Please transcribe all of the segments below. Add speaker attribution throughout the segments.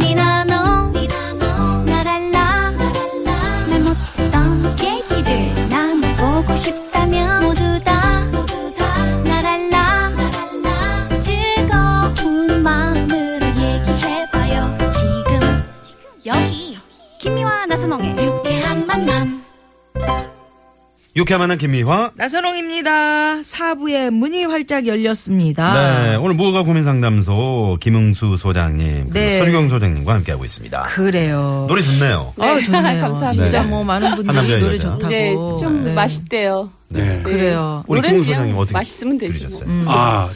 Speaker 1: 니나 너, 날 알라, 말 못했던 얘기를 나눠보고 싶다면 모두 다, 날 알라, 즐거운 마음으로 얘기해봐요. 지금, 여기, 김미와 나선홍의 유쾌한 만남.
Speaker 2: 유쾌한 만남 김미화.
Speaker 3: 나선홍입니다. 사부의 문이 활짝 열렸습니다.
Speaker 2: 네, 오늘 무허가 고민 상담소 김응수 소장님, 그리고
Speaker 3: 네.
Speaker 2: 서류경 소장님과 함께하고 있습니다.
Speaker 3: 그래요.
Speaker 2: 노래 좋네요.
Speaker 3: 아, 좋네요.
Speaker 4: 감사합니다.
Speaker 3: 진짜
Speaker 2: 네.
Speaker 3: 뭐 많은
Speaker 2: 남자,
Speaker 3: 분들이 노래
Speaker 2: 여자.
Speaker 3: 좋다고.
Speaker 4: 네, 좀
Speaker 3: 네.
Speaker 4: 맛있대요.
Speaker 2: 네.
Speaker 3: 그래요. 뭐.
Speaker 2: 우리
Speaker 4: 노래는
Speaker 2: 김응수
Speaker 4: 그냥
Speaker 2: 소장님 어떻게
Speaker 4: 맛있으면 되지
Speaker 2: 들으셨어요?
Speaker 3: 음.
Speaker 5: 아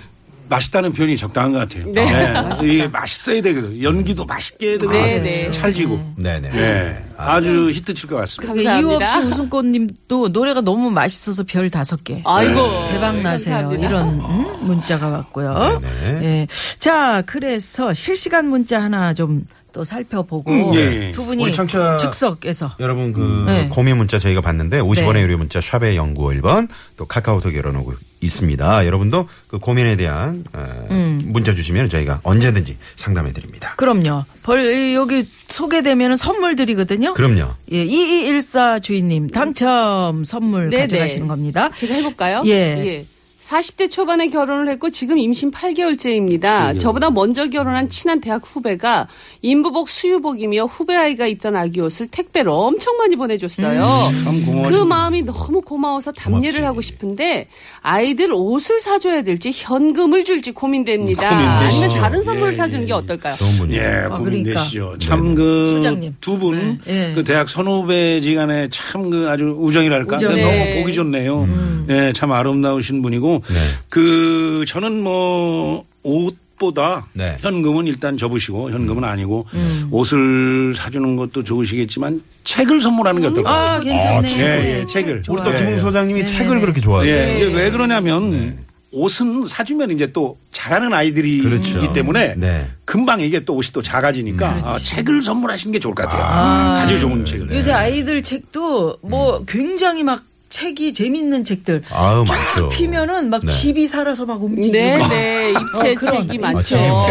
Speaker 5: 맛있다는 표현이 적당한 것 같아요.
Speaker 4: 음. 네.
Speaker 5: 이게 맛있어야 되거든. 연기도 맛있게 해야 되고
Speaker 4: 네, 네.
Speaker 5: 찰지고.
Speaker 2: 네네.
Speaker 5: 네. 아주 히트 칠 것 같습니다.
Speaker 3: 그
Speaker 4: 감사합니다.
Speaker 3: 이유 없이 웃음꽃님도 노래가 너무 맛있어서 별 다섯 개.
Speaker 4: 아이고 네.
Speaker 3: 대박 나세요.
Speaker 4: 감사합니다.
Speaker 3: 이런 음, 문자가 왔고요.
Speaker 2: 네네.
Speaker 3: 예. 자, 그래서 실시간 문자 하나 좀 또 살펴보고
Speaker 5: 음, 예.
Speaker 3: 두 분이
Speaker 2: 우리 청취자
Speaker 3: 즉석에서
Speaker 2: 여러분 그
Speaker 3: 네.
Speaker 2: 고민 문자 저희가 봤는데 50원의
Speaker 3: 네.
Speaker 2: 유료 문자 샵의 0951번 또 카카오톡 열어놓고 있습니다. 여러분도 그 고민에 대한 어,
Speaker 3: 음.
Speaker 2: 문자 주시면 저희가 언제든지 상담해 드립니다.
Speaker 3: 그럼요. 벌 이, 여기 소개되면 선물 드리거든요.
Speaker 2: 그럼요.
Speaker 3: 예, 2214 주인님 당첨 선물
Speaker 4: 네네.
Speaker 3: 가져가시는 겁니다.
Speaker 4: 제가 해볼까요?
Speaker 3: 예.
Speaker 4: 40대 초반에 결혼을 했고 지금 임신 8개월째입니다. 저보다 먼저 결혼한 친한 대학 후배가 인부복 수유복이며 후배 아이가 입던 아기 옷을 택배로 엄청 많이 보내줬어요.
Speaker 5: 참 고마워.
Speaker 4: 그 마음이 너무 고마워서
Speaker 2: 고맙지.
Speaker 4: 답례를 하고 싶은데 아이들 옷을 사줘야 될지 현금을 줄지 고민됩니다.
Speaker 5: 고민되시죠.
Speaker 4: 아니면 다른 선물을
Speaker 5: 예,
Speaker 4: 사주는
Speaker 5: 예,
Speaker 4: 게 어떨까요?
Speaker 2: 좋은 분이에요.
Speaker 5: 예,
Speaker 3: 아,
Speaker 5: 고민되시죠. 그
Speaker 2: 네, 네.
Speaker 3: 소장님.
Speaker 5: 참그두분그
Speaker 3: 네, 예.
Speaker 5: 대학 선후배 지간에 참 그 아주 우정이랄까
Speaker 3: 우정.
Speaker 5: 그러니까
Speaker 4: 네.
Speaker 5: 너무 보기 좋네요. 예, 참 아름다우신 분이고
Speaker 2: 음. 네.
Speaker 5: 그 저는 뭐 옷보다
Speaker 2: 네. 음.
Speaker 5: 현금은 일단 접으시고 현금은 아니고
Speaker 3: 음.
Speaker 5: 옷을 사주는 것도 좋으시겠지만 책을 선물하는 게 어떨까요?
Speaker 3: 아, 괜찮네.
Speaker 5: 예,
Speaker 3: 예,
Speaker 5: 예, 책을.
Speaker 3: 책
Speaker 2: 우리 또
Speaker 3: 좋아요.
Speaker 2: 김웅 소장님이
Speaker 3: 네네네.
Speaker 2: 책을 그렇게 좋아하세요. 네.
Speaker 5: 예, 이게 왜 그러냐면 옷은 사주면 이제 또 잘하는 아이들이기
Speaker 2: 그렇죠.
Speaker 5: 때문에
Speaker 2: 네.
Speaker 5: 금방 이게 또 옷이 또 작아지니까 아, 책을 선물하시는 게 좋을 것 같아요. 아주 좋은 책을.
Speaker 3: 요새
Speaker 2: 네.
Speaker 3: 아이들 책도 뭐 굉장히 막 책이 재밌는 책들
Speaker 2: 음. 아우
Speaker 3: 쫙
Speaker 2: 많죠.
Speaker 3: 피면은 막
Speaker 2: 네.
Speaker 3: 집이 살아서 막 움직이고
Speaker 4: 네,
Speaker 3: 막
Speaker 4: 네. 입체책이 많죠.
Speaker 2: 아,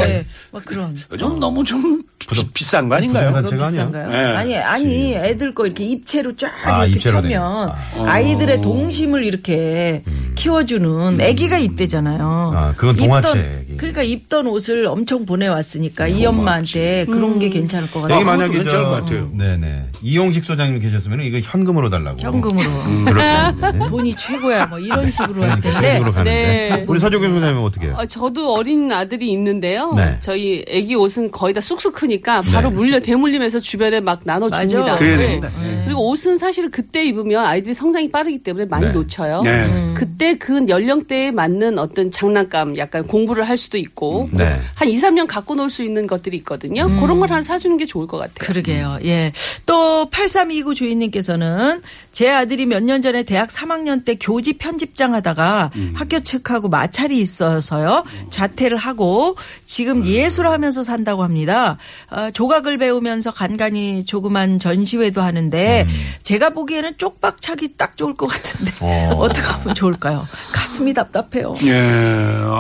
Speaker 2: 책이
Speaker 3: 네, 막 그런
Speaker 5: 요즘 너무 좀 비, 비싼 거 아닌가요?
Speaker 2: 부동산- 제가 아니요.
Speaker 3: 비싼가요?
Speaker 5: 네.
Speaker 3: 아니 아니 애들 거 이렇게 입체로 쫙
Speaker 2: 아,
Speaker 3: 이렇게
Speaker 2: 입체로 어. 된
Speaker 3: 펴면
Speaker 2: 거.
Speaker 3: 아. 이들의 동심을 이렇게
Speaker 2: 음.
Speaker 3: 키워주는 아기가 있대잖아요.
Speaker 2: 아, 그건 동화책이.
Speaker 3: 어.
Speaker 2: 음.
Speaker 3: 입던, 그러니까 입던 옷을 엄청 보내왔으니까 이 엄마한테 어, 그런 게 괜찮을 것 같아요.
Speaker 2: 어, 여기 만약에
Speaker 5: 괜찮을
Speaker 2: 저
Speaker 5: 것 같아요.
Speaker 2: 네네 이용식 소장님 계셨으면 이거 현금으로 달라고.
Speaker 3: 현금으로
Speaker 2: 음, 그렇겠네.
Speaker 3: 돈이 최고야 뭐 이런 식으로 할
Speaker 2: 그러니까 그런
Speaker 3: 텐데
Speaker 2: 식으로 가는데
Speaker 4: 네.
Speaker 2: 우리 서조경 소장님은 어떻게
Speaker 5: 아,
Speaker 2: 해요?
Speaker 4: 어, 저도 어린 아들이 있는데요.
Speaker 2: 네.
Speaker 4: 저희 애기 옷은 거의 다 쑥쑥 크니까 바로 물려 대물림해서 주변에 막 나눠줍니다. 네.
Speaker 3: 맞아.
Speaker 5: 그래야 됩니다. 네.
Speaker 4: 그리고 옷은 사실 그때 입으면 아이들이 성장이 빠르기 때문에 많이
Speaker 2: 네.
Speaker 4: 놓쳐요.
Speaker 5: 네.
Speaker 4: 그때 그 연령대에 맞는 어떤 장난감 약간 공부를 할 수도 있고
Speaker 2: 음. 네.
Speaker 4: 한 2, 3년 갖고 놀 수 있는 것들이 있거든요. 그런 걸 하나 사주는 게 좋을 것 같아요.
Speaker 3: 그러게요. 예. 또 8329 주인님께서는 제 아들이 몇 년 전에 대학 3학년 때 교지 편집장 하다가 학교 측하고 마찰이 있어서요. 자퇴를 하고 지금 예술을 하면서 산다고 합니다. 아, 조각을 배우면서 간간히 조그만 전시회도 하는데 제가 보기에는 쪽박차기 딱 좋을 것 같은데
Speaker 2: 어.
Speaker 3: 어. 떻게 하면 좋을까요? 가슴이 답답해요.
Speaker 5: 예.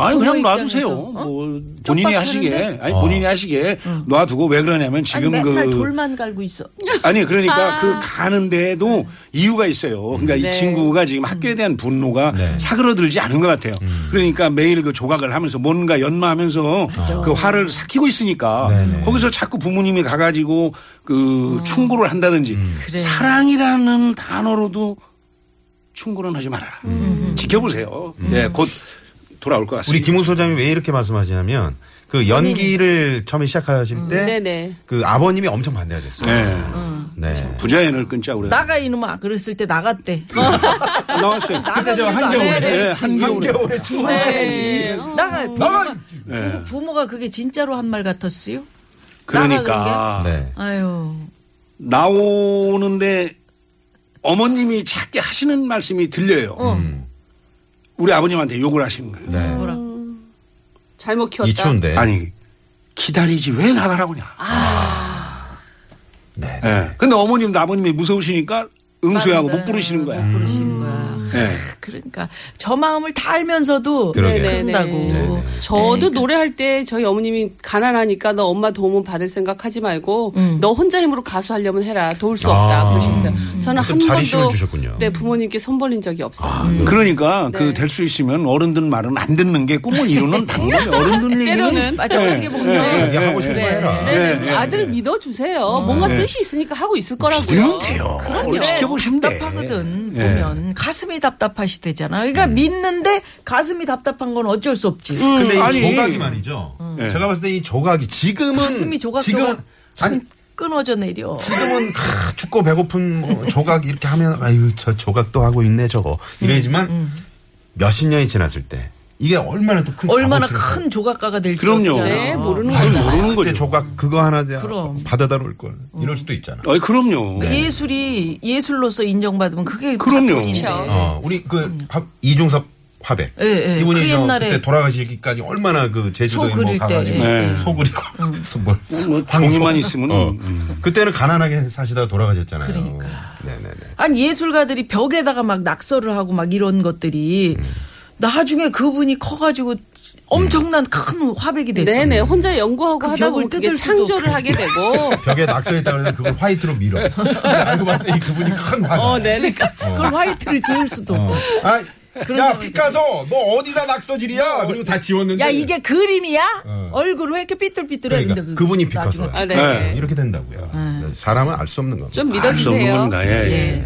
Speaker 5: 아니,
Speaker 3: 부모
Speaker 5: 그냥
Speaker 3: 입장에서,
Speaker 5: 놔두세요.
Speaker 3: 어?
Speaker 5: 뭐, 본인이
Speaker 3: 쪽박
Speaker 5: 하시게.
Speaker 3: 차는데? 음.
Speaker 5: 아니, 본인이 하시게 놔두고 왜 그러냐면
Speaker 3: 아니
Speaker 5: 지금
Speaker 3: 맨날
Speaker 5: 그.
Speaker 3: 돌만 갈고 있어.
Speaker 5: 아니 그러니까 그 가는데도 이유가 있어요. 그러니까 이
Speaker 4: 네.
Speaker 5: 친구가 지금 학교에 대한 분노가
Speaker 2: 네.
Speaker 5: 사그러들지 않은 것 같아요.
Speaker 2: 음.
Speaker 5: 그러니까 매일 그 조각을 하면서 뭔가 연마하면서 그 화를 삭히고 있으니까
Speaker 2: 네네.
Speaker 5: 거기서 자꾸 부모님이 가가지고 그 충고를 한다든지
Speaker 2: 음.
Speaker 5: 사랑이라는 단어로도 충고는 하지 말아라. 지켜보세요.
Speaker 2: 음.
Speaker 5: 예, 곧 돌아올 것
Speaker 2: 우리
Speaker 5: 같습니다.
Speaker 2: 김웅 소장님 왜 이렇게 말씀하시냐면
Speaker 3: 네.
Speaker 2: 그 연기를 처음에 시작하실 때 그
Speaker 4: 네네.
Speaker 2: 아버님이 엄청 반대하셨어요.
Speaker 5: 네.
Speaker 2: 네.
Speaker 5: 부자연을 끊자고 그래요. 아,
Speaker 3: 나가 이놈아 그랬을 때 나갔대.
Speaker 5: 나왔어요.
Speaker 2: 그때 저 한겨울에
Speaker 5: 네,
Speaker 2: 한겨울에 친구
Speaker 4: 네.
Speaker 3: 나가
Speaker 2: 나가!
Speaker 3: 네.
Speaker 5: 예.
Speaker 3: 부모, 가 그게 진짜로 한 말 같았어요?
Speaker 5: 그러니까
Speaker 2: 네.
Speaker 3: 아유.
Speaker 5: 나오는데 어머님이 작게 하시는 말씀이 들려요.
Speaker 2: 음.
Speaker 5: 우리 아버님한테 욕을 하시는 거예요.
Speaker 2: 네.
Speaker 3: 뭐라.
Speaker 4: 잘못 키웠다.
Speaker 2: 이 추운데.
Speaker 5: 아니 기다리지 왜 나가라고 그냐.
Speaker 2: 네.
Speaker 5: 예. 근데 어머님도 아버님이 무서우시니까 응수하고 못 부르시는 거야.
Speaker 3: 부르시는 거야.
Speaker 5: 예.
Speaker 3: 그러니까 저 마음을 다 알면서도
Speaker 2: 그러게.
Speaker 4: 네네네.
Speaker 3: 그런다고. 음,
Speaker 4: 네네. 저도 노래할 때 저희 어머님이 가난하니까 너 엄마 도움은 받을 생각하지 말고 너 혼자 힘으로 가수 하려면 해라 도울 수 없다
Speaker 2: 아.
Speaker 4: 그러셨어요. 저는 한
Speaker 2: 어떤 자리심을
Speaker 4: 번도
Speaker 2: 주셨군요.
Speaker 4: 네 부모님께 손벌린 적이 없어요.
Speaker 2: 아,
Speaker 5: 그러니까
Speaker 4: 네.
Speaker 5: 그 될 수 있으면 어른들 말은 안 듣는 게 꿈을 이루는 방법이에요. 어른들 얘기는
Speaker 4: 때로는.
Speaker 3: 맞아
Speaker 5: 예,
Speaker 3: 어떻게 보면
Speaker 5: 예, 예,
Speaker 2: 그게 하고 싶은 거
Speaker 3: 그래.
Speaker 2: 해라.
Speaker 4: 네,
Speaker 5: 네,
Speaker 4: 네,
Speaker 5: 네,
Speaker 4: 아들 믿어주세요. 뭔가 뜻이 있으니까 하고 있을 거라고요. 아,
Speaker 5: 믿으면 돼요. 네,
Speaker 4: 그럼요.
Speaker 5: 지켜보시면
Speaker 3: 네,
Speaker 5: 돼.
Speaker 3: 답답하거든
Speaker 5: 예.
Speaker 3: 보면 가슴이 답답하시대잖아. 그러니까 믿는데 가슴이 답답한 건 어쩔 수 없지.
Speaker 2: 근데 이
Speaker 5: 아니. 네.
Speaker 2: 조각이 말이죠. 제가 봤을 때 이 조각이 지금은
Speaker 3: 음. 가슴이 조각조각
Speaker 2: 지금 아니
Speaker 3: 끊어져 내려.
Speaker 2: 지금은 아, 춥고 배고픈 뭐 조각 이렇게 하면 아유 저 조각도 하고 있네 저거
Speaker 3: 음,
Speaker 2: 이러지만 몇십 년이 지났을 때 이게 얼마나 또큰
Speaker 3: 얼마나 큰 조각가가 될지.
Speaker 5: 그럼요.
Speaker 3: 어떻게 알아.
Speaker 4: 네, 모르는
Speaker 5: 아유,
Speaker 4: 거죠.
Speaker 5: 모르는
Speaker 2: 그때
Speaker 5: 거죠.
Speaker 2: 조각 그거 하나 내-
Speaker 3: 그럼. 음.
Speaker 2: 받아다 놓을 걸 이럴 수도 있잖아.
Speaker 5: 아니, 그럼요.
Speaker 2: 네.
Speaker 3: 예술이 예술로서 인정받으면 그게
Speaker 5: 그럼요.
Speaker 3: 답뿐인데.
Speaker 4: 그렇죠.
Speaker 2: 어, 우리 그 화- 이중섭 화백
Speaker 3: 음. 예, 예.
Speaker 2: 이분이
Speaker 3: 그
Speaker 2: 저
Speaker 3: 옛날에
Speaker 2: 그때 돌아가시기까지 얼마나 그 제주도에
Speaker 3: 소
Speaker 2: 뭐
Speaker 3: 그릴 때, 음.
Speaker 2: 가가지고
Speaker 5: 예, 예.
Speaker 2: 소 그리고 뭘
Speaker 5: 뭐
Speaker 2: 황소.
Speaker 5: 종이만 있으면
Speaker 2: 어.
Speaker 5: 음.
Speaker 2: 그때는 가난하게 사시다가 돌아가셨잖아요.
Speaker 3: 그러니까.
Speaker 2: 네네네.
Speaker 3: 아니 예술가들이 벽에다가 막 낙서를 하고 막 이런 것들이 나중에 그분이 커가지고 엄청난 큰 화백이 됐어.
Speaker 4: 음. 네네 혼자 연구하고
Speaker 3: 그
Speaker 4: 하다
Speaker 3: 벽을
Speaker 4: 보면 그게
Speaker 3: 뜯을 수도
Speaker 4: 창조를 하게 되고
Speaker 2: 벽에 낙서했다 그래서 그걸 화이트로 밀어. 근데 알고 봤더니 그분이 큰 화가.
Speaker 4: 어 네네
Speaker 3: 그걸 화이트를 지을 수도.
Speaker 2: 어. 아,
Speaker 3: 그런
Speaker 2: 야
Speaker 3: 사람이
Speaker 2: 피카소 너 어디다 낙서질이야? 그리고 다 지웠는데.
Speaker 3: 야 이게 그림이야?
Speaker 2: 어.
Speaker 3: 얼굴 왜 이렇게 삐뚤삐뚤해?
Speaker 2: 그러니까
Speaker 3: 근데
Speaker 2: 그분이
Speaker 3: 나중에
Speaker 2: 피카소야.
Speaker 4: 아, 네.
Speaker 2: 네, 이렇게 된다고요. 사람은 알 수 없는 겁니다.
Speaker 4: 좀
Speaker 5: 알수 없는
Speaker 4: 믿어주세요.
Speaker 5: 겁니다. 예, 예.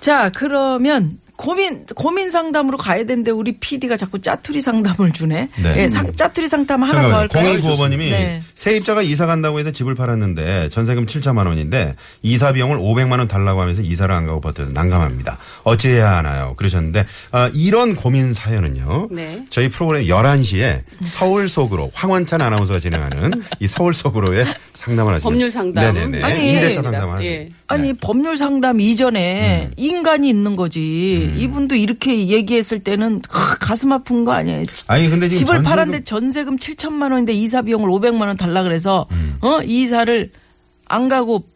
Speaker 3: 자, 그러면 고민 고민 상담으로 가야 되는데 우리 PD가 자꾸 짜투리 상담을 주네.
Speaker 2: 네.
Speaker 3: 예, 상- 짜투리 상담 하나 더
Speaker 2: 잠깐만요.
Speaker 3: 할까요?
Speaker 2: 0295번님이
Speaker 3: 네.
Speaker 2: 세입자가 이사 간다고 해서 집을 팔았는데 전세금 7천만 원인데 이사 비용을 500만 원 달라고 하면서 이사를 안 가고 버텨서 난감합니다. 어찌해야 하나요? 그러셨는데 아, 이런 고민 사연은요.
Speaker 4: 네.
Speaker 2: 저희 프로그램 11시에 서울 속으로 황원찬 아나운서가 진행하는 이 서울 속으로의 상담을 하시는
Speaker 4: 법률 상담.
Speaker 2: 네네네.
Speaker 3: 아니,
Speaker 2: 임대차
Speaker 4: 예.
Speaker 2: 상담을 하는.
Speaker 4: 예.
Speaker 3: 아니
Speaker 2: 네.
Speaker 3: 법률 상담
Speaker 2: 음.
Speaker 3: 이전에 인간이 있는 거지. 이분도 이렇게 얘기했을 때는 크, 가슴 아픈 거 아니에요. 지-
Speaker 2: 아니, 근데 네, 지금
Speaker 3: 집을
Speaker 2: 전세금-
Speaker 3: 팔았는데 전세금 7천만 원인데 이사 비용을 500만 원 달라 그래서 어 이사를 안 가고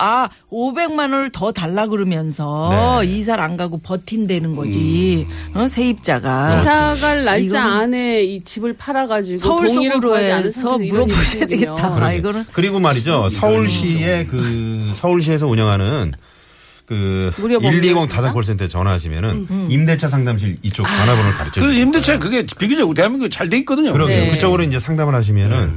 Speaker 3: 아 500만 원을 더 달라 그러면서
Speaker 2: 네.
Speaker 3: 이사를 안 가고 버틴다는 거지. 어 세입자가
Speaker 4: 이사 갈 날짜
Speaker 3: 이건-
Speaker 4: 안에 이 집을 팔아가지고
Speaker 3: 서울
Speaker 4: 동의를
Speaker 3: 속으로
Speaker 4: 구하지 않은
Speaker 3: 해서
Speaker 4: 상태에서 이런
Speaker 3: 물어보셔야
Speaker 4: 일이 생기면
Speaker 3: 되겠다. 아, 이거는 음,
Speaker 2: 그리고 말이죠. 서울시의 그 서울시에서 운영하는 그
Speaker 4: 무료 법률
Speaker 2: 120
Speaker 4: 상담?
Speaker 2: 다산 콜센터에 전화하시면은
Speaker 3: 음,
Speaker 2: 임대차 상담실 이쪽 전화번호를
Speaker 3: 아.
Speaker 2: 가르쳐
Speaker 5: 그래서
Speaker 2: 주니까.
Speaker 5: 임대차 그게 비교적 대한민국 잘 돼 있거든요. 예.
Speaker 2: 그러게요.
Speaker 4: 네.
Speaker 2: 그쪽으로 이제 상담을 하시면은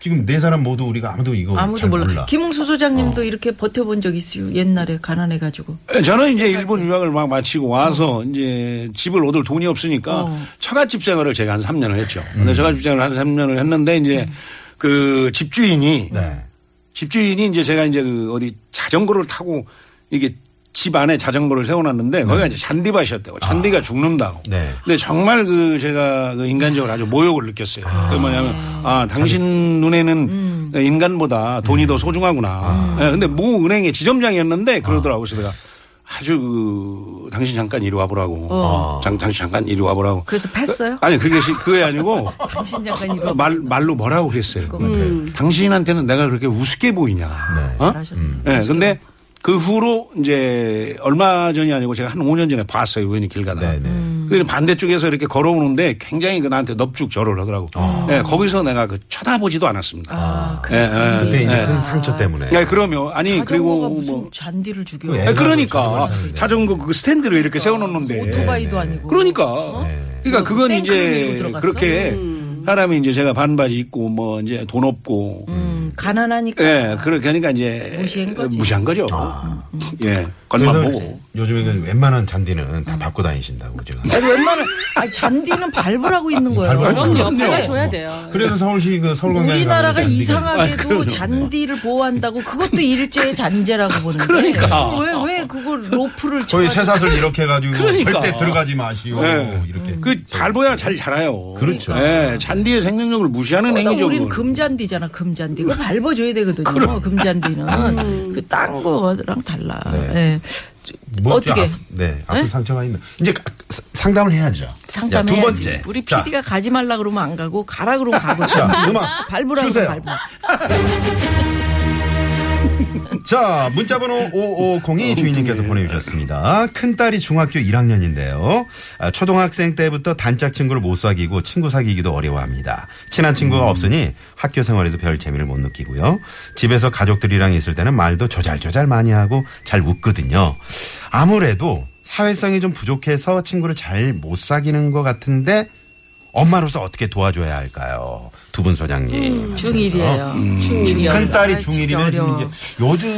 Speaker 2: 지금 네 사람 모두 우리가 아무도 이거
Speaker 3: 아무도
Speaker 2: 어, 잘
Speaker 3: 몰라.
Speaker 2: 몰라.
Speaker 3: 김웅수 소장님도 이렇게 버텨본 적 있어요. 옛날에 가난해가지고.
Speaker 5: 저는
Speaker 4: 네.
Speaker 5: 이제 일본 유학을 막 마치고 와서 이제 집을 얻을 돈이 없으니까
Speaker 4: 어.
Speaker 5: 처갓집 생활을 제가 한 3년을 했죠.
Speaker 2: 음.
Speaker 5: 근데 처갓집 생활을 한 3년을 했는데 이제
Speaker 4: 음.
Speaker 5: 그 집주인이
Speaker 2: 네.
Speaker 5: 집주인이 이제 제가 이제 그 어디 자전거를 타고 이게 집 안에 자전거를 세워놨는데
Speaker 3: 네.
Speaker 5: 거기가 이제 잔디밭이었대요. 잔디가
Speaker 3: 아.
Speaker 5: 죽는다고.
Speaker 2: 네.
Speaker 5: 근데 정말 그 제가 그 인간적으로 아주 모욕을 느꼈어요. 그 뭐냐면 아 당신 눈에는
Speaker 3: 음.
Speaker 5: 인간보다 돈이 더 소중하구나.
Speaker 3: 아.
Speaker 5: 예, 근데 모 은행의 지점장이었는데 그러더라고요. 그래서 내가 아주 그 당신 잠깐 이리 와보라고. 장, 당신 잠깐 이리 와보라고.
Speaker 3: 어. 그래서 팼어요?
Speaker 5: 아니 그게 시- 그게 아니고
Speaker 3: 당신 잠깐 이거
Speaker 5: 어, 말, 말로 뭐라고 그랬어요. 네. 당신한테는 내가 그렇게 우습게 보이냐. 어?
Speaker 3: 음. 잘하셨네.
Speaker 5: 네, 근데 그 후로 이제 얼마 전이 아니고 제가 한 5년 전에 봤어요. 우연히 길 가다가.
Speaker 2: 네, 네.
Speaker 3: 음.
Speaker 5: 그 반대쪽에서 이렇게 걸어오는데 굉장히 그 나한테 넙죽 절을 하더라고.
Speaker 2: 아.
Speaker 5: 네, 거기서 내가 그 쳐다보지도 않았습니다.
Speaker 3: 아,
Speaker 5: 예,
Speaker 3: 그래.
Speaker 5: 예.
Speaker 2: 네, 그때 이제 큰 상처 때문에.
Speaker 5: 네, 그러면 아니
Speaker 3: 그리고
Speaker 5: 그리고
Speaker 3: 무슨
Speaker 5: 뭐
Speaker 3: 잔디를 죽여.
Speaker 2: 왜?
Speaker 5: 네,
Speaker 2: 자전거를 네.
Speaker 5: 그러니까
Speaker 2: 타는데.
Speaker 5: 자전거 그 스탠드를 이렇게 세워놓는데
Speaker 3: 그러니까 오토바이도 아니고.
Speaker 5: 그러니까.
Speaker 3: 뭐
Speaker 2: 네.
Speaker 5: 그러니까 그건
Speaker 3: 탱크로
Speaker 5: 이제
Speaker 3: 밀고 들어갔어?
Speaker 5: 그렇게 사람이 이제 제가 반바지 입고 뭐 이제 돈 없고
Speaker 3: 음, 가난하니까.
Speaker 5: 예, 그렇게 하니까 이제
Speaker 3: 무시한 거지.
Speaker 5: 무시한 거죠. 예, 겉만
Speaker 2: 아. 그래서
Speaker 5: 보고.
Speaker 2: 요즘에 그 웬만한 잔디는 다 밟고 다니신다고 제가.
Speaker 3: 아니, 웬만한 아니, 잔디는 밟으라고 있는 거예요.
Speaker 2: 밟으라고
Speaker 4: 그럼요.
Speaker 2: 그럼요.
Speaker 4: 받아줘야 돼요.
Speaker 2: 그래서 서울시 그 서울광장
Speaker 3: 우리나라가 이상하게도 잔디를 보호한다고 그것도 일제의 잔재라고 보는데.
Speaker 5: 그러니까.
Speaker 3: 왜, 왜 그걸 로프를
Speaker 2: 저희
Speaker 3: 쳐가지고
Speaker 2: 쇠사슬 이렇게 해가지고
Speaker 5: 그러니까.
Speaker 2: 절대 들어가지 마시오.
Speaker 5: 네.
Speaker 2: 이렇게.
Speaker 5: 그 밟아야 잘 자라요.
Speaker 2: 그렇죠.
Speaker 5: 예, 잔디의 생명력을 무시하는
Speaker 3: 그러다 그러니까
Speaker 5: 행위죠.
Speaker 3: 우리는
Speaker 5: 그건.
Speaker 3: 금잔디잖아, 금잔디. 그거 밟아줘야 되거든요, 금잔디는. 그 딴 거랑 달라. 예.
Speaker 2: 뭐
Speaker 3: 어떻게?
Speaker 2: 아, 네, 아픈 상처가 있는. 이제 가- 사- 상담을 해야죠. 자, 두
Speaker 3: 상담해야지.
Speaker 2: 번째.
Speaker 3: 우리
Speaker 2: 자,
Speaker 3: PD가 가지 말라 그러면 안 가고 가라 그러면 가고.
Speaker 2: 자, 음악
Speaker 3: 밟으라고
Speaker 2: 주세요.
Speaker 3: 밟으.
Speaker 2: 자, 문자번호 5502 주인님께서 보내주셨습니다. 큰딸이 중학교 1학년인데요. 아, 초등학생 때부터 단짝 친구를 못 사귀고 친구 사귀기도 어려워합니다. 친한 친구가 없으니 학교 생활에도 별 재미를 못 느끼고요. 집에서 가족들이랑 있을 때는 말도 조잘조잘 많이 하고 잘 웃거든요. 아무래도 사회성이 좀 부족해서 친구를 잘 못 사귀는 것 같은데 엄마로서 어떻게 도와줘야 할까요? 두 분 소장님. 하시면서.
Speaker 3: 음, 중일이에요.
Speaker 4: 음.
Speaker 3: 중일이요.
Speaker 2: 큰 딸이
Speaker 3: 아, 진짜
Speaker 2: 중일이면 좀
Speaker 3: 어려워.
Speaker 2: 이제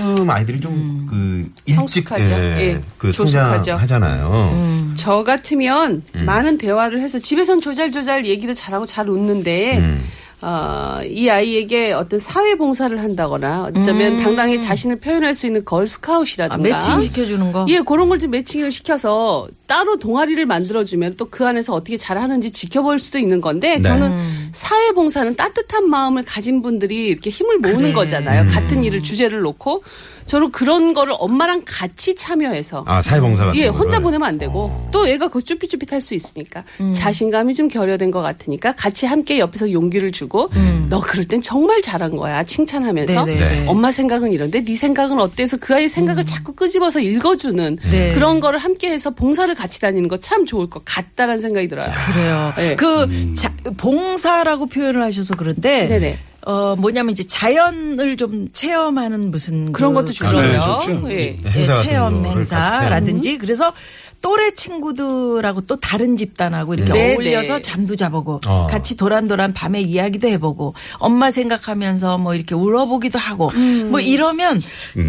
Speaker 2: 요즘 아이들이 좀 그 일찍
Speaker 4: 성숙하죠. 예,
Speaker 2: 그
Speaker 4: 조숙하죠. 음.
Speaker 2: 성장하잖아요.
Speaker 4: 저 같으면
Speaker 2: 음.
Speaker 4: 많은 대화를 해서 집에선 조잘조잘 얘기도 잘하고 잘 웃는데
Speaker 2: 음.
Speaker 4: 어, 이 아이에게 어떤 사회 봉사를 한다거나 어쩌면 당당히 자신을 표현할 수 있는
Speaker 3: 음. 아,
Speaker 4: 걸스카웃이라든가
Speaker 3: 매칭 시켜주는 거.
Speaker 4: 예, 그런 걸 좀 매칭을 시켜서 따로 동아리를 만들어주면 또 그 안에서 어떻게 잘하는지 지켜볼 수도 있는 건데
Speaker 2: 네.
Speaker 4: 저는
Speaker 3: 음.
Speaker 4: 사회봉사는 따뜻한 마음을 가진 분들이 이렇게 힘을 모으는
Speaker 3: 그래.
Speaker 4: 거잖아요.
Speaker 2: 음.
Speaker 4: 같은 일을 주제를 놓고 저는 그런 거를 엄마랑 같이 참여해서
Speaker 2: 아 사회봉사 같은
Speaker 4: 예,
Speaker 2: 거를. 어.
Speaker 4: 혼자 보내면 안 되고 또 얘가 그 쭈삣쭈삣 할수 있으니까
Speaker 3: 음.
Speaker 4: 자신감이 좀 결여된 것 같으니까 같이 함께 옆에서 용기를 주고 너 그럴 땐 정말 잘한 거야 칭찬하면서
Speaker 3: 음. 네네네. 음.
Speaker 2: 네.
Speaker 4: 엄마 생각은 이런데 네 생각은 어때서 그 아이의 생각을 자꾸 끄집어서 읽어주는
Speaker 3: 네.
Speaker 4: 그런 거를 함께해서 봉사를 같이 다니는 거 참 좋을 것 같다라는 생각이 들어요.
Speaker 3: 그래요.
Speaker 4: 네.
Speaker 3: 그
Speaker 2: 음.
Speaker 3: 자- 봉사라고 표현을 하셔서 그런데
Speaker 4: 네네.
Speaker 3: 어 뭐냐면 이제 자연을 좀 체험하는 무슨
Speaker 4: 그런 것도
Speaker 3: 그-
Speaker 5: 네,
Speaker 4: 좋고요.
Speaker 5: 좋죠.
Speaker 4: 예.
Speaker 2: 행사 같은
Speaker 3: 체험
Speaker 2: 거를 같이 체험.
Speaker 3: 행사라든지 그래서 또래 친구들하고 또 다른 집단하고 이렇게
Speaker 4: 네,
Speaker 3: 어울려서
Speaker 4: 네.
Speaker 3: 잠도 자보고
Speaker 2: 음. 어.
Speaker 3: 같이 도란도란 밤에 이야기도 해보고 엄마 생각하면서 뭐 이렇게 울어보기도 하고
Speaker 4: 음.
Speaker 3: 뭐 이러면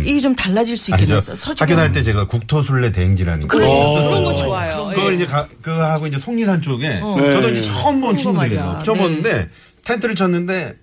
Speaker 3: 이게 좀 달라질 수
Speaker 2: 음. 아니, 저
Speaker 3: 있겠네요. 서지가.
Speaker 2: 학교 다닐 때 제가 국토순례 대행지라는 거
Speaker 3: 그러니까.
Speaker 2: 있었어요.
Speaker 4: 그런 거 좋아요.
Speaker 2: 그걸
Speaker 4: 예.
Speaker 2: 이제 가- 그거 하고 이제 속리산 쪽에
Speaker 5: 네.
Speaker 2: 저도 이제 처음 본
Speaker 3: 그런 거
Speaker 2: 친구들이에요.
Speaker 3: 말이야.
Speaker 2: 처음
Speaker 3: 네.
Speaker 2: 봤는데 텐트를 쳤는데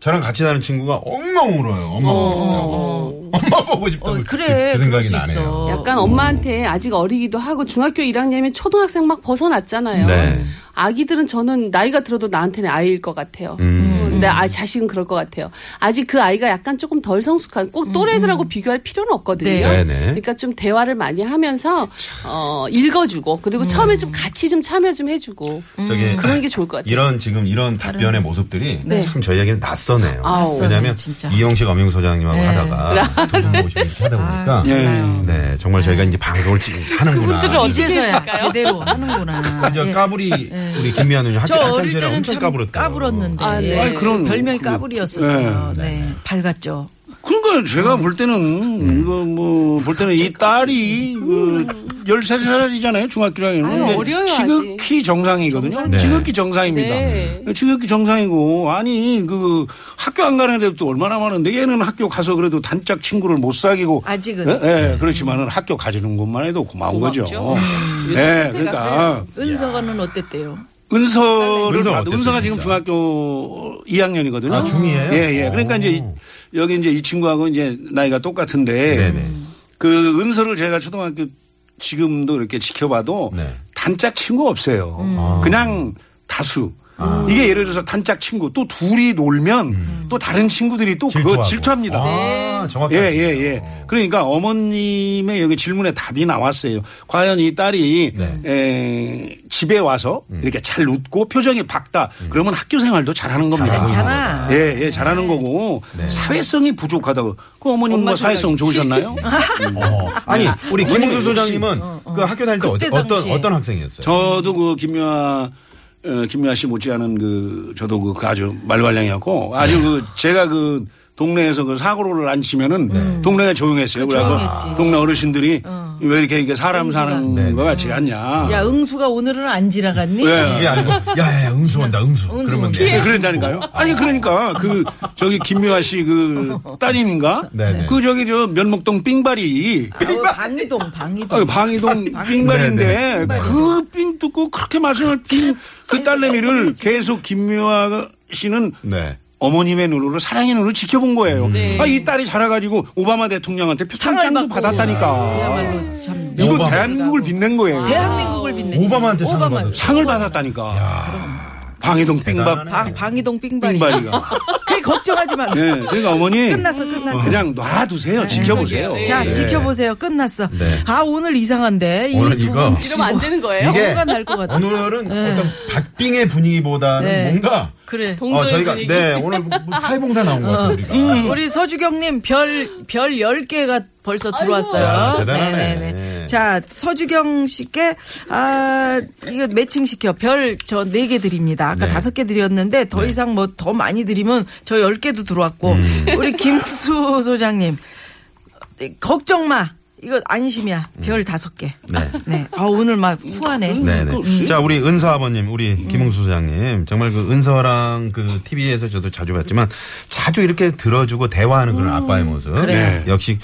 Speaker 2: 저랑 같이 사는 친구가 엉망 울어요. 엄마 보고 싶다고. 엄마 보고 싶다고.
Speaker 3: 어,
Speaker 2: 그-
Speaker 3: 그래.
Speaker 2: 그,
Speaker 3: 그럴
Speaker 2: 생각이
Speaker 3: 수
Speaker 2: 나네요.
Speaker 3: 있어.
Speaker 4: 어. 약간 엄마한테 아직 어리기도 하고 중학교 1학년이면 초등학생 막 벗어났잖아요.
Speaker 2: 네.
Speaker 4: 아기들은 저는 나이가 들어도 나한테는 아이일 것 같아요.
Speaker 2: 음.
Speaker 4: 내 아이 자식은 그럴 것 같아요. 아직 그 아이가 약간 조금 덜 성숙한
Speaker 3: 음,
Speaker 4: 꼭 또래들하고 비교할 필요는 없거든요.
Speaker 3: 네.
Speaker 2: 네네.
Speaker 4: 그러니까 좀 대화를 많이 하면서 어, 읽어주고 그리고 처음에 좀 같이 좀 참여 좀 해주고
Speaker 3: 음.
Speaker 2: 저기
Speaker 4: 그런 게 좋을 것 같아요.
Speaker 2: 이런 지금 이런 답변의 모습들이
Speaker 4: 네.
Speaker 2: 참 저희에게는 낯서네요.
Speaker 4: 아우. 낯서네,
Speaker 2: 왜냐하면
Speaker 3: 진짜.
Speaker 2: 이영식 엄영 소장님하고
Speaker 3: 네. 아,
Speaker 2: 하다가 두 분 모시고 이렇게 하다 보니까
Speaker 5: 예.
Speaker 3: 음.
Speaker 2: 네 정말 저희가 이제 방송을 지금 하는구나.
Speaker 4: 그분들을 어떻게
Speaker 3: 이제서야
Speaker 4: 했을까요?
Speaker 3: 제대로 하는구나.
Speaker 2: 저
Speaker 3: 예.
Speaker 2: 까불이 우리 김미아 누님 학교
Speaker 3: 저
Speaker 2: 한참
Speaker 3: 어릴
Speaker 2: 전에
Speaker 3: 때는
Speaker 2: 엄청
Speaker 3: 참
Speaker 2: 까불었다.
Speaker 3: 까불었는데
Speaker 4: 아, 네.
Speaker 3: 예.
Speaker 4: 아니,
Speaker 5: 그런-
Speaker 3: 별명이
Speaker 5: 그-
Speaker 3: 까불이었었어요. 네. 밝았죠.
Speaker 5: 그러니까 제가 볼 때는 이거 뭐 볼 때는 이 딸이 그 13살이잖아요. 중학교라는
Speaker 4: 음. 아유, 어려요, 아직.
Speaker 5: 지극히 정상이거든요.
Speaker 3: 정상.
Speaker 2: 네.
Speaker 5: 지극히 정상입니다.
Speaker 4: 네.
Speaker 5: 지극히 정상이고 아니 그 학교 안 가는 애도 또 얼마나 많은데 얘는 학교 가서 그래도 단짝 친구를 못 사귀고
Speaker 3: 아직은.
Speaker 5: 예, 예, 그렇지만은 학교 가지는 것만 해도 고마운
Speaker 4: 고맙죠.
Speaker 5: 거죠.
Speaker 4: 음.
Speaker 5: 예.
Speaker 4: 요즘 때가
Speaker 5: 그러니까
Speaker 3: 은서가는 어땠대요?
Speaker 5: 은서를
Speaker 2: 은서가
Speaker 5: 받-
Speaker 2: 어땠어요,
Speaker 5: 은서가 지금
Speaker 2: 진짜?
Speaker 5: 중학교 2학년이거든요.
Speaker 2: 아, 중이에요?
Speaker 5: 예, 예. 그러니까
Speaker 2: 오.
Speaker 5: 이제 이- 여기 이제 이 친구하고 이제 나이가 똑같은데
Speaker 2: 네네.
Speaker 5: 그 은서를 제가 초등학교 지금도 이렇게 지켜봐도
Speaker 2: 네.
Speaker 5: 단짝 친구 없어요.
Speaker 4: 음.
Speaker 2: 아.
Speaker 5: 그냥 다수. 이게 예를 들어서 단짝 친구 또 둘이 놀면 또 다른 친구들이 또 그거
Speaker 2: 음. 질투하고.
Speaker 5: 질투합니다.
Speaker 2: 아,
Speaker 4: 네.
Speaker 2: 정확히.
Speaker 5: 예, 예, 예. 그러니까 어머님의 여기 질문에 답이 나왔어요. 과연 이 딸이
Speaker 2: 네. 음.
Speaker 5: 에, 집에 와서 이렇게 잘 웃고 표정이 밝다. 그러면 학교 생활도 잘하는 겁니다.
Speaker 3: 잘하잖아.
Speaker 5: 예, 예, 잘하는 거고
Speaker 2: 네.
Speaker 5: 사회성이 부족하다고. 그 어머님 뭐
Speaker 4: 네. 엄마
Speaker 5: 사회성
Speaker 4: 생각이지. 아,
Speaker 5: 좋으셨나요?
Speaker 2: 어. 아니 우리 김우수 소장님은 그 학교 다닐 때
Speaker 3: 그때
Speaker 2: 어떤 어떤,
Speaker 3: 당시에.
Speaker 2: 어떤 학생이었어요?
Speaker 5: 저도 그 김유아 어, 김유아 씨 못지않은 그 저도 그 아주 말괄량이었고 아주 그 제가 그 동네에서 그 사고를 안 치면은 동네가 조용했어요. 그래서
Speaker 3: 조용했지.
Speaker 5: 동네 어르신들이 왜 이렇게 이렇게 사람 사는
Speaker 2: 네,
Speaker 5: 거 같지 않냐.
Speaker 3: 야, 응수가 오늘은 안 지나갔니?
Speaker 5: 예.
Speaker 2: 이게 아니고 야야 응수 온다 응수.
Speaker 3: 응수
Speaker 2: 그러면
Speaker 3: 온다.
Speaker 2: 이제
Speaker 5: 예, 그런다니까요. 아니 그러니까 그 저기 김유아 씨 그 따님인가?
Speaker 2: 네네.
Speaker 5: 그 저기 저 면목동 삥바리
Speaker 3: 아우, 어, 방이동, 방이동.
Speaker 5: 아, 방이동
Speaker 2: 네,
Speaker 5: 빙발인데 그 빙 뜯고 그렇게 말씀을 빙그 딸내미를 계속 김묘아 씨는
Speaker 2: 네.
Speaker 5: 어머님의 눈으로 사랑의 눈으로 지켜본 거예요.
Speaker 4: 네.
Speaker 5: 아, 이 딸이 자라가지고 오바마 대통령한테
Speaker 3: 상을
Speaker 5: 표창장도
Speaker 3: 받고. 아,
Speaker 5: 받았다니까.
Speaker 3: 그야말로 참
Speaker 5: 이거
Speaker 2: 오바마.
Speaker 5: 대한민국을 빛낸 거예요.
Speaker 3: 대한민국을 빛낸
Speaker 2: 오바마한테 상을
Speaker 3: 오바마.
Speaker 2: 받았어.
Speaker 5: 상을 받았다니까. 방이동 빙밥
Speaker 2: 대단하네.
Speaker 3: 방, 방이동 빙발이.
Speaker 5: 빙발이가.
Speaker 3: 그래, 걱정하지 마.
Speaker 5: 예, 그러니까 어머니
Speaker 3: 끝났어, 끝났어.
Speaker 5: 그냥 놔두세요. 지켜보세요.
Speaker 3: 자,
Speaker 2: 네.
Speaker 3: 지켜보세요. 끝났어.
Speaker 2: 네.
Speaker 3: 아, 오늘 이상한데.
Speaker 2: 오늘
Speaker 3: 이두
Speaker 2: 이거
Speaker 3: 분.
Speaker 4: 이러면 안 되는 거예요?
Speaker 2: 이게
Speaker 3: 뭔가 날것 같아.
Speaker 2: 오늘은 어떤 박빙의 분위기보다는
Speaker 3: 네.
Speaker 2: 뭔가
Speaker 3: 그래.
Speaker 4: 동조의
Speaker 2: 저희가
Speaker 4: 분위기.
Speaker 2: 네 오늘 뭐 사회봉사 나온 것 같아요 우리가.
Speaker 3: 어, 음, 우리 서주경님 별, 별 10개가 벌써 들어왔어요.
Speaker 2: 야, 대단하네. 네.
Speaker 3: 자, 서주경 씨께, 아, 이거 매칭시켜. 별 저 4개 드립니다. 아까
Speaker 2: 네.
Speaker 3: 다섯 개 드렸는데 더 이상 뭐 더 많이 드리면 저 10개도 들어왔고.
Speaker 2: 음.
Speaker 3: 우리 김수 소장님, 걱정 마. 이거 안심이야. 별 다섯 개.
Speaker 2: 네.
Speaker 3: 아, 오늘 막 후하네.
Speaker 2: 네네. 자, 우리 은서 아버님, 우리 김홍수 소장님. 정말 그 은서랑 그 TV에서 저도 자주 봤지만 자주 이렇게 들어주고 대화하는
Speaker 3: 음,
Speaker 2: 그런 아빠의 모습.
Speaker 5: 그래요.
Speaker 2: 네. 역시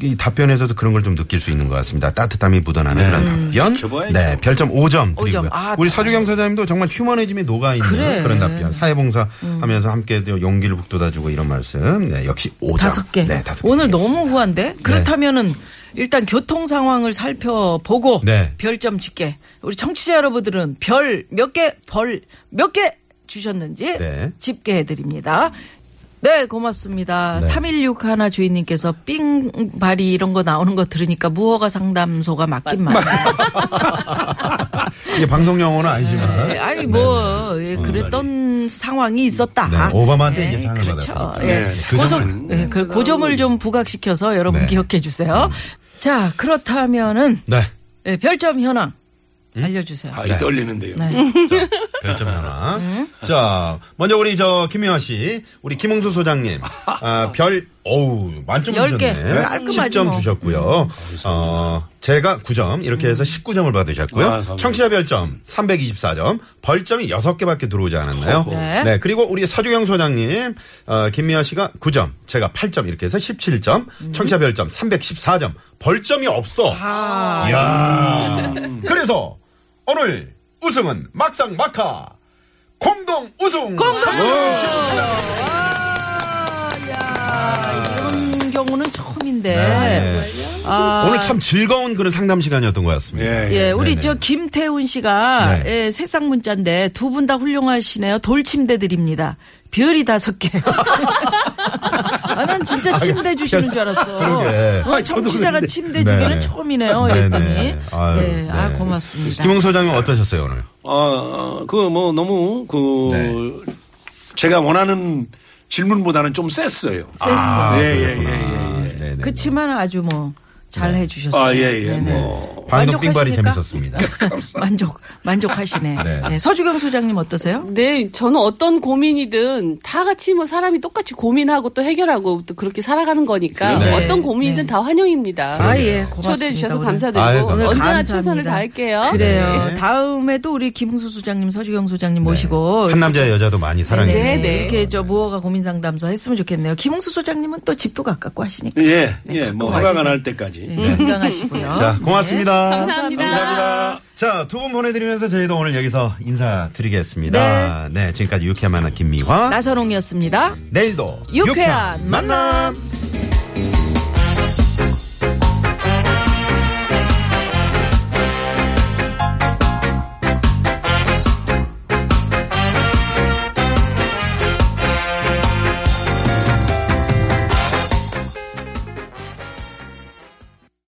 Speaker 2: 이 답변에서도 그런 걸 좀 느낄 수 있는 것 같습니다. 따뜻함이 묻어나는 그런 답변.
Speaker 5: 지켜봐야죠.
Speaker 2: 네. 별점 5점
Speaker 3: 네. 음, 오점.
Speaker 2: 드리고요.
Speaker 3: 아,
Speaker 2: 우리 서주경 소장님도 정말 휴머니즘이 녹아있는
Speaker 3: 그래. 음.
Speaker 2: 그런 답변. 사회봉사 하면서 함께 용기를 북돋아주고 이런 말씀. 네. 역시 5점.
Speaker 3: 다섯 개.
Speaker 2: 네. 다섯 개 드리겠습니다.
Speaker 3: 오늘
Speaker 2: 네.
Speaker 3: 너무 후한데? 그렇다면은 일단 교통 상황을 살펴보고
Speaker 2: 네.
Speaker 3: 별점 짓게. 우리 청취자 여러분들은 별 몇 개, 벌 몇 개 주셨는지
Speaker 2: 네.
Speaker 3: 집계해 드립니다. 네, 고맙습니다. 316 하나 주인님께서 삥바리 이런 거 나오는 거 들으니까 무허가 상담소가 맞긴 맞아요.
Speaker 2: 이게 방송 용어는 아니지만.
Speaker 3: 네, 아니 뭐 예, 그랬던 상황이 있었다.
Speaker 2: 어, 네, 오바마한테 이제 상을
Speaker 3: 그렇죠.
Speaker 2: 받았으니까.
Speaker 3: 예.
Speaker 5: 네,
Speaker 2: 그
Speaker 3: 고소,
Speaker 2: 점은-
Speaker 3: 예, 그 고점을 좀 부각시켜서 여러분
Speaker 2: 네.
Speaker 3: 기억해 주세요. 자, 그렇다면은
Speaker 2: 네.
Speaker 3: 예, 별점 현황
Speaker 2: 음?
Speaker 3: 알려주세요.
Speaker 5: 아, 이 떨리는데요.
Speaker 3: 네.
Speaker 2: 별점 하나. 자, 먼저 우리 저 김미화 씨, 우리 김홍수 소장님, 아, 별, 어우, 만점
Speaker 3: 열 개.
Speaker 2: 주셨네.
Speaker 3: 깔끔하지
Speaker 2: 10점
Speaker 3: 뭐. 음.
Speaker 2: 주셨고요. 어, 제가 9점, 이렇게 해서 19점을 받으셨고요.
Speaker 5: 아, 감사합니다.
Speaker 2: 청취자 별점 324점, 벌점이 6개밖에 들어오지 않았나요?
Speaker 3: 네.
Speaker 2: 그리고 우리 서주경 소장님, 어, 김미화 씨가 9점, 제가 8점 이렇게 해서 17점, 청취자 별점 314점, 벌점이 없어.
Speaker 3: 음. 아, 음.
Speaker 2: 야 그래서 오늘 우승은 막상 막하 공동 우승. 어. 공동
Speaker 3: 아, 이런 경우는 처음인데.
Speaker 2: 네.
Speaker 3: 네. 아,
Speaker 2: 오늘 참 즐거운 그런 상담 시간이었던 것 같습니다.
Speaker 5: 예.
Speaker 3: 예, 우리
Speaker 2: 네네.
Speaker 3: 저 김태훈 씨가
Speaker 2: 네.
Speaker 3: 예, 색상 문자인데 두 분 다 훌륭하시네요. 돌 침대 드립니다. 별이 다섯 개. 아, 난 진짜 침대 주시는 줄 알았어.
Speaker 2: 그러게.
Speaker 3: 어, 청취자가
Speaker 5: 그런데.
Speaker 3: 침대 주기는
Speaker 2: 네.
Speaker 3: 처음이네요.
Speaker 2: 네네.
Speaker 3: 이랬더니.
Speaker 2: 아유,
Speaker 3: 예, 아,
Speaker 2: 네.
Speaker 3: 고맙습니다.
Speaker 2: 김홍 소장님 어떠셨어요 오늘?
Speaker 5: 어, 그 뭐 너무 그
Speaker 2: 네.
Speaker 5: 제가 원하는 질문보다는 좀 셌어요.
Speaker 3: 셌어.
Speaker 5: 예, 예, 예,
Speaker 2: 아,
Speaker 5: 예, 예.
Speaker 2: 네네.
Speaker 3: 그치만 아주 뭐 잘 해주셨어요.
Speaker 5: 아, 예, 예.
Speaker 3: 네네.
Speaker 5: 뭐.
Speaker 2: 네. 방금 빙발이
Speaker 3: 만족하십니까?
Speaker 2: 재밌었습니다.
Speaker 3: 만족, 만족하시네.
Speaker 2: 네.
Speaker 3: 네, 서주경 소장님 어떠세요?
Speaker 4: 네, 저는 어떤 고민이든 다 같이 뭐 사람이 똑같이 고민하고 또 해결하고 또 그렇게 살아가는 거니까 뭐
Speaker 2: 네.
Speaker 4: 어떤
Speaker 3: 네.
Speaker 4: 고민이든 다 환영입니다.
Speaker 3: 아, 예, 고맙습니다.
Speaker 4: 초대해 주셔서
Speaker 3: 오늘.
Speaker 4: 감사드리고
Speaker 2: 아유, 감사합니다.
Speaker 4: 언제나
Speaker 3: 감사합니다.
Speaker 4: 최선을 다할게요.
Speaker 3: 그래요.
Speaker 2: 네.
Speaker 3: 다음에도 우리 김수 소장님, 서주경 소장님 모시고
Speaker 2: 한 남자 여자도 많이 사랑해
Speaker 3: 어, 네네.
Speaker 2: 주시고.
Speaker 4: 네.
Speaker 3: 이렇게 저 무허가 고민 상담소 했으면 좋겠네요. 김홍수 소장님은 또 집도 가깝고 하시니까
Speaker 5: 예, 예.
Speaker 3: 가끔
Speaker 5: 뭐 허가가
Speaker 3: 와주세요.
Speaker 5: 날 때까지.
Speaker 3: 네, 건강하시고요. 네.
Speaker 2: 자, 고맙습니다.
Speaker 4: 감사합니다.
Speaker 2: 자, 두 분 보내드리면서 저희도 오늘 여기서 네, 인사드리겠습니다. 네, 지금까지 유쾌한 만남 김미화.
Speaker 3: 나선홍이었습니다.
Speaker 2: 내일도
Speaker 3: 유쾌한 만남.